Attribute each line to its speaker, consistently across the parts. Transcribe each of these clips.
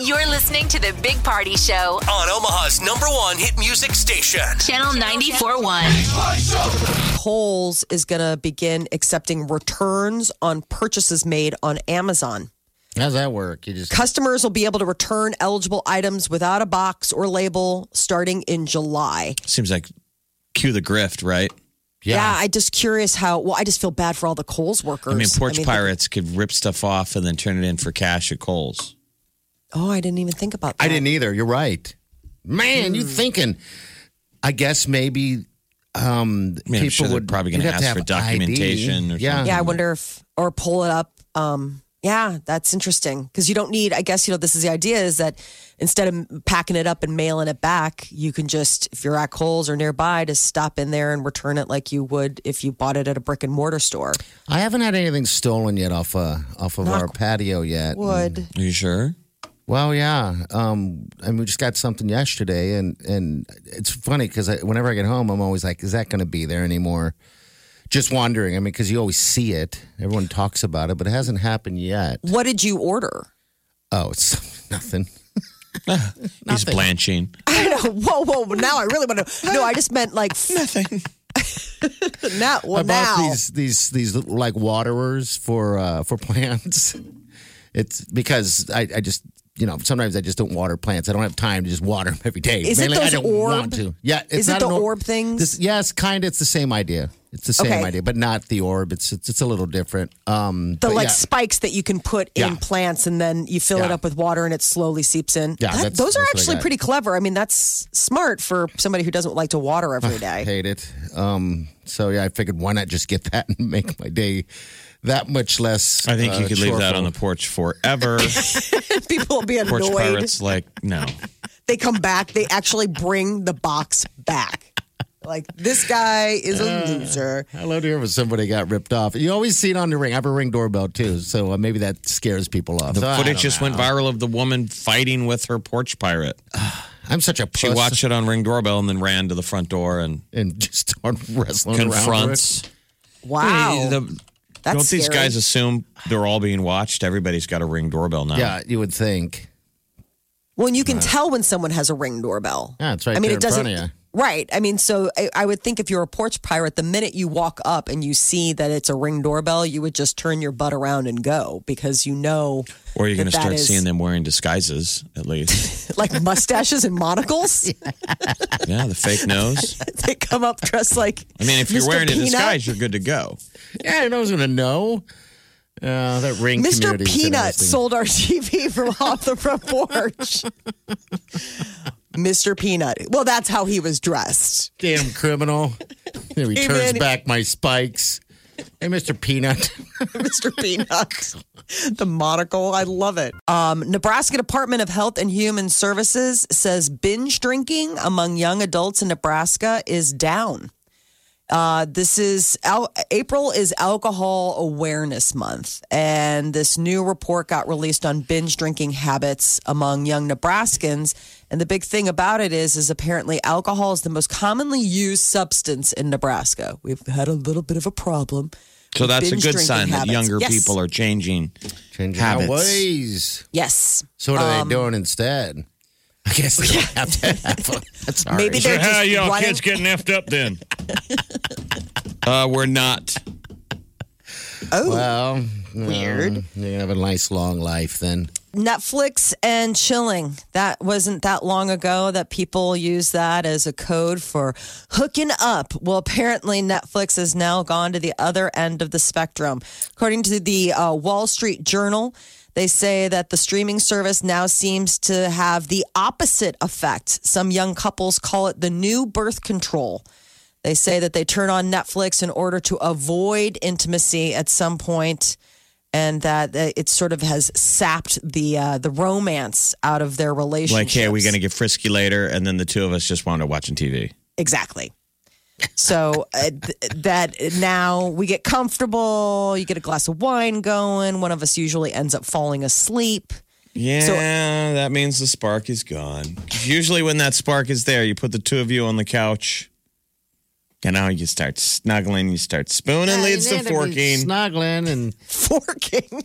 Speaker 1: You're listening to the Big Party Show,
Speaker 2: on Omaha's number one hit music station.
Speaker 1: Channel 941.
Speaker 3: Kohl's is going to begin accepting returns on purchases made on Amazon.
Speaker 4: How's that work? You just
Speaker 3: Customers will be able to return eligible items without a box or label starting in July.
Speaker 5: Seems like cue the grift, right?
Speaker 3: Yeah, I just curious how. Well, I just feel bad for all the Kohl's workers.
Speaker 5: I mean, porch
Speaker 3: like-
Speaker 5: pirates could rip stuff off and then turn it in for cash at Kohl's.
Speaker 3: oh, I didn't even think about that.
Speaker 4: I didn't either. You're right. Man, you thinking. I guess maybe um,
Speaker 5: I mean,
Speaker 4: people
Speaker 5: I'm sure they're
Speaker 4: would
Speaker 5: probably going
Speaker 4: you'd
Speaker 5: to
Speaker 4: have
Speaker 5: ask for
Speaker 4: have ID.
Speaker 5: documentation or
Speaker 4: yeah.
Speaker 5: something.
Speaker 3: Yeah, I wonder if or pull it up. Um, yeah, that's interesting because you don't need. I guess you know this is the idea is that instead of packing it up and mailing it back, you can just if you're at Kohl's or nearby, just stop in there and return it like you would if you bought it at a brick and mortar store.
Speaker 4: I haven't had anything stolen yet off uh, off of our patio yet.
Speaker 3: Would
Speaker 5: Are you sure?
Speaker 4: Well, yeah. Um, I mean, we just got something yesterday, and and it's funny because I, whenever I get home, I'm always like, "Is that going to be there anymore?" Just wondering. I mean, because you always see it, everyone talks about it, but it hasn't happened yet.
Speaker 3: what did you order?
Speaker 4: Oh, it's nothing.
Speaker 5: He's blanching.
Speaker 3: I know. Whoa, whoa! Now I really want to. No, I just meant like
Speaker 5: Nothing.
Speaker 3: now. Well,
Speaker 4: I bought
Speaker 3: now
Speaker 4: these these these little, like waterers for uh, for plants. It's because I, I just you know sometimes I just don't water plants. I don't have time to just water them every day.
Speaker 3: Is it
Speaker 4: Mainly, I
Speaker 3: those
Speaker 4: don't
Speaker 3: orb-
Speaker 4: want to. Yeah, it's
Speaker 3: is it
Speaker 4: not
Speaker 3: the
Speaker 4: an
Speaker 3: orb things?
Speaker 4: This, yes, kind. of. It's the same idea. It's the same
Speaker 3: Okay.
Speaker 4: idea, but not the orb. It's it's, it's a little different. Um,
Speaker 3: the
Speaker 4: but
Speaker 3: like
Speaker 4: yeah.
Speaker 3: spikes that you can put in
Speaker 4: Yeah.
Speaker 3: plants and then you fill it
Speaker 4: Yeah.
Speaker 3: up with water and it slowly seeps in.
Speaker 4: Yeah,
Speaker 3: That-
Speaker 4: that's-
Speaker 3: those are
Speaker 4: that's what I
Speaker 3: actually
Speaker 4: got.
Speaker 3: pretty clever. I mean, that's smart for somebody who doesn't like to water every day.
Speaker 4: hate it. Um, so yeah, I figured why not just get that and make my day that much less.
Speaker 5: I think you
Speaker 4: uh,
Speaker 5: could leave that on the
Speaker 4: choreful.
Speaker 5: porch forever.
Speaker 3: People will be
Speaker 5: porch
Speaker 3: annoyed.
Speaker 5: pirates, like, no.
Speaker 3: They come back, they actually bring the box back. Like, this guy is
Speaker 4: Uh,
Speaker 3: a loser.
Speaker 4: I love to hear when somebody got ripped off. You always see it on the ring. I have a ring doorbell too, so uh, maybe that scares people off. So I
Speaker 5: Footage
Speaker 4: don't
Speaker 5: just
Speaker 4: know.
Speaker 5: went viral of the woman fighting with her porch pirate.
Speaker 4: I'm such a puss.
Speaker 5: She watched it on Ring Doorbell and then ran to the front door and
Speaker 4: and just started wrestling around. with it.
Speaker 5: confronts.
Speaker 3: Wow.
Speaker 5: The-
Speaker 3: That's
Speaker 5: don't these
Speaker 3: scary.
Speaker 5: guys assume they're all being watched? Everybody's got a Ring Doorbell now.
Speaker 4: Yeah, you would think.
Speaker 3: Well, and you can tell when someone has a ring doorbell.
Speaker 4: Yeah, it's right
Speaker 3: I mean,
Speaker 4: there
Speaker 3: it
Speaker 4: in
Speaker 3: doesn't.
Speaker 4: front of you.
Speaker 3: Right. I mean, so I, I would think if you're a porch pirate, the minute you walk up and you see that it's a ring doorbell, you would just turn your butt around and go because you know.
Speaker 5: Or you're going
Speaker 3: that
Speaker 5: to
Speaker 3: that
Speaker 5: start
Speaker 3: is-
Speaker 5: seeing them wearing disguises, at least.
Speaker 3: like mustaches and monocles.
Speaker 5: yeah, the fake nose.
Speaker 3: They come up dressed like.
Speaker 5: I mean, if you're
Speaker 3: Mr.
Speaker 5: wearing a
Speaker 3: Peanut.
Speaker 5: disguise, you're good to go.
Speaker 4: Yeah, no one's gonna know. Uh, that ring.
Speaker 3: Mr.
Speaker 4: community is
Speaker 3: Peanut
Speaker 4: interesting.
Speaker 3: sold our TV from off the front porch. Mr. Peanut. Well, that's how he was dressed.
Speaker 4: damn criminal. then he
Speaker 3: Came
Speaker 4: turns
Speaker 3: in-
Speaker 4: back my spikes. Hey, Mr. Peanut.
Speaker 3: Mr. Peanut. the monocle. I love it. Um, Nebraska Department of Health and Human Services says binge drinking among young adults in Nebraska is down. Uh, this is al- April is Alcohol Awareness Month, and this new report got released on binge drinking habits among young Nebraskans. And the big thing about it is, is apparently alcohol is the most commonly used substance in Nebraska. We've had a little bit of a problem.
Speaker 5: So
Speaker 3: with
Speaker 5: that's a
Speaker 3: binge
Speaker 5: good
Speaker 3: drinking
Speaker 5: sign that
Speaker 3: habits.
Speaker 5: younger
Speaker 3: Yes.
Speaker 5: people are changing.
Speaker 4: Changing
Speaker 5: Habits.
Speaker 4: our ways.
Speaker 3: Yes.
Speaker 4: So what are they doing instead? I guess they don't have to have one. That's all
Speaker 3: Maybe
Speaker 4: right.
Speaker 3: they're just running-
Speaker 5: getting effed up then? uh, we're not.
Speaker 3: Oh,
Speaker 4: Well,
Speaker 3: Weird.
Speaker 4: um, You're gonna have a nice long life then.
Speaker 3: Netflix and chilling. That wasn't that long ago that people used that as a code for hooking up. Well, apparently Netflix has now gone to the other end of the spectrum. According to the uh, Wall Street Journal, they say that the streaming service now seems to have the opposite effect. Some young couples call it the new birth control. They say that they turn on Netflix in order to avoid intimacy at some point and that uh, it sort of has sapped the uh, the romance out of their relationship.
Speaker 5: Like, hey, we're going to get frisky later. And then the two of us just wound up watching TV.
Speaker 3: Exactly. So uh, th- that now we get comfortable, you get a glass of wine going, one of us usually ends up falling asleep.
Speaker 5: Yeah, that means the spark is gone. 'Cause Usually, when that spark is there, you put the two of you on the couch. And now you start snuggling, you start spooning, leads to forking.
Speaker 4: snuggling, and
Speaker 3: Forking.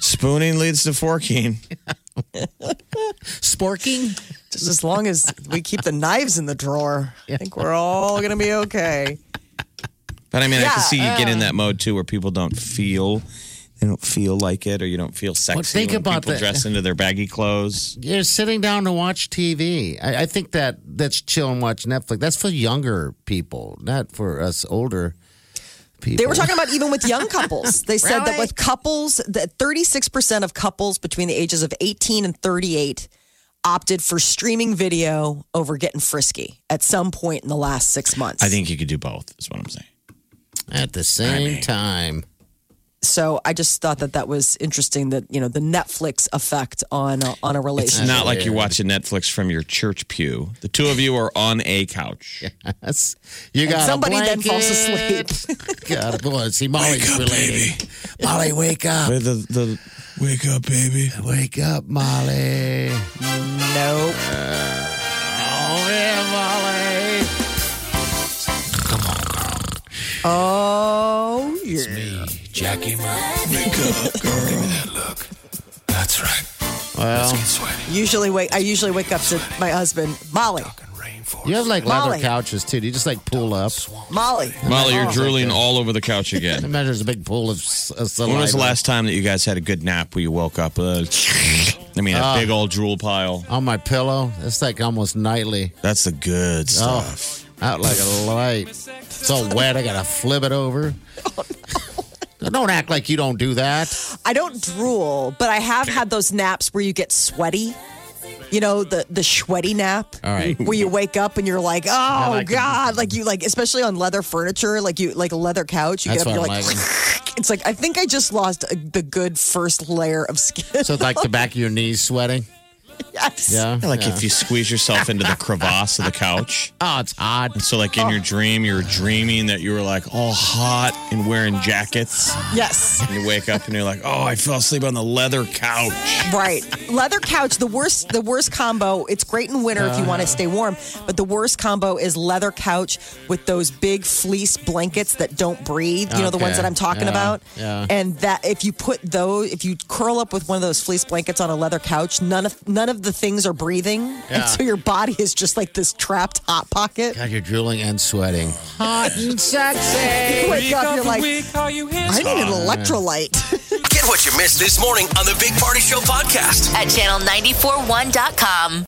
Speaker 5: Spooning leads to forking.
Speaker 4: sporking.
Speaker 3: Just as long as we keep the knives in the drawer, I think we're all going to be okay.
Speaker 5: But I mean, I
Speaker 3: Yeah,
Speaker 5: can see you get in that mode too, where people don't feel they don't feel like it, or you don't feel sexy.
Speaker 4: think
Speaker 5: when
Speaker 4: about
Speaker 5: people
Speaker 4: that.
Speaker 5: dress into their baggy clothes.
Speaker 4: You're sitting down to watch TV. I, I think that that's chill and watch Netflix. That's for younger people, not for us older people.
Speaker 3: They were talking about even with young couples. They said that
Speaker 4: Really?
Speaker 3: with couples, that 36% of couples between the ages of 18 and 38 opted for streaming video over getting frisky at some point in the last six months.
Speaker 5: I think you could do both. Is what I'm saying.
Speaker 4: at the same time.
Speaker 3: so. I just thought that that was interesting. That you know the Netflix effect on a, on a
Speaker 5: It's
Speaker 3: relationship.
Speaker 5: not like you're watching Netflix from your church pew. The two of you are on a couch.
Speaker 4: That's you got a
Speaker 3: somebody then falls
Speaker 4: blanket. God, boy, see Molly's related. Molly, wake up,
Speaker 5: The, the,
Speaker 6: Wake up, baby.
Speaker 4: wake up, Molly.
Speaker 3: Nope.
Speaker 4: Oh yeah, Molly.
Speaker 3: Oh yeah.
Speaker 6: Jackie, wake up, girl. Give me that look. That's right. Let's
Speaker 4: Well,
Speaker 6: get sweaty.
Speaker 3: Usually wake. I usually wake up to my husband, Molly.
Speaker 6: Fucking rainforest.
Speaker 4: you have like leather
Speaker 3: Molly.
Speaker 4: couches too. Do you just like pull up?
Speaker 3: Molly.
Speaker 5: Molly, you're
Speaker 3: Oh.
Speaker 5: drooling all over the couch again.
Speaker 4: Imagine there's a big pool of s- uh, saliva.
Speaker 5: When was the last time that you guys had a good nap where you woke up? Uh, I mean, a
Speaker 4: Ah.
Speaker 5: big old drool pile.
Speaker 4: on my pillow? It's like almost nightly.
Speaker 5: That's the good
Speaker 4: Oh,
Speaker 5: stuff.
Speaker 4: out like a light. It's all wet. I gotta flip it over. Don't act like you don't do that.
Speaker 3: I don't drool, but I have had those naps where you get sweaty. You know the the sweaty nap.
Speaker 4: All right.
Speaker 3: Where you wake up and you're like, oh
Speaker 4: like it.
Speaker 3: god, like you like, especially on leather furniture, like you like a leather couch. You
Speaker 4: That's
Speaker 3: get up, and
Speaker 4: what
Speaker 3: you're
Speaker 4: I'm
Speaker 3: like, it's like I think I just lost a, the good first layer of skin.
Speaker 4: So it's like the back of your knees sweating.
Speaker 3: yes.
Speaker 4: Yeah.
Speaker 5: Like
Speaker 4: yeah.
Speaker 5: if you squeeze yourself into the crevasse of the couch.
Speaker 4: Oh, it's hot.
Speaker 5: So, like in your dream, you're dreaming that you were like all hot and wearing jackets.
Speaker 3: Yes.
Speaker 5: And you wake up and you're like, oh, I fell asleep on the leather couch.
Speaker 3: Right. Leather couch, the worst the worst combo. It's great in winter if you want to stay warm, but the worst combo is leather couch with those big fleece blankets that don't breathe. You know the ones
Speaker 4: Okay.
Speaker 3: that I'm talking
Speaker 4: Yeah.
Speaker 3: about?
Speaker 4: Yeah.
Speaker 3: And that if you put those if you curl up with one of those fleece blankets on a leather couch, none of none of the things are breathing. And
Speaker 4: Yeah.
Speaker 3: so your body is just like this trapped hot pocket.
Speaker 4: God, you're drooling and sweating. Hot and
Speaker 3: You
Speaker 4: sexy.
Speaker 3: wake up, you're like I need an electrolyte.
Speaker 2: Get what you missed this morning on the Big Party Show podcast.
Speaker 1: at channel941.com.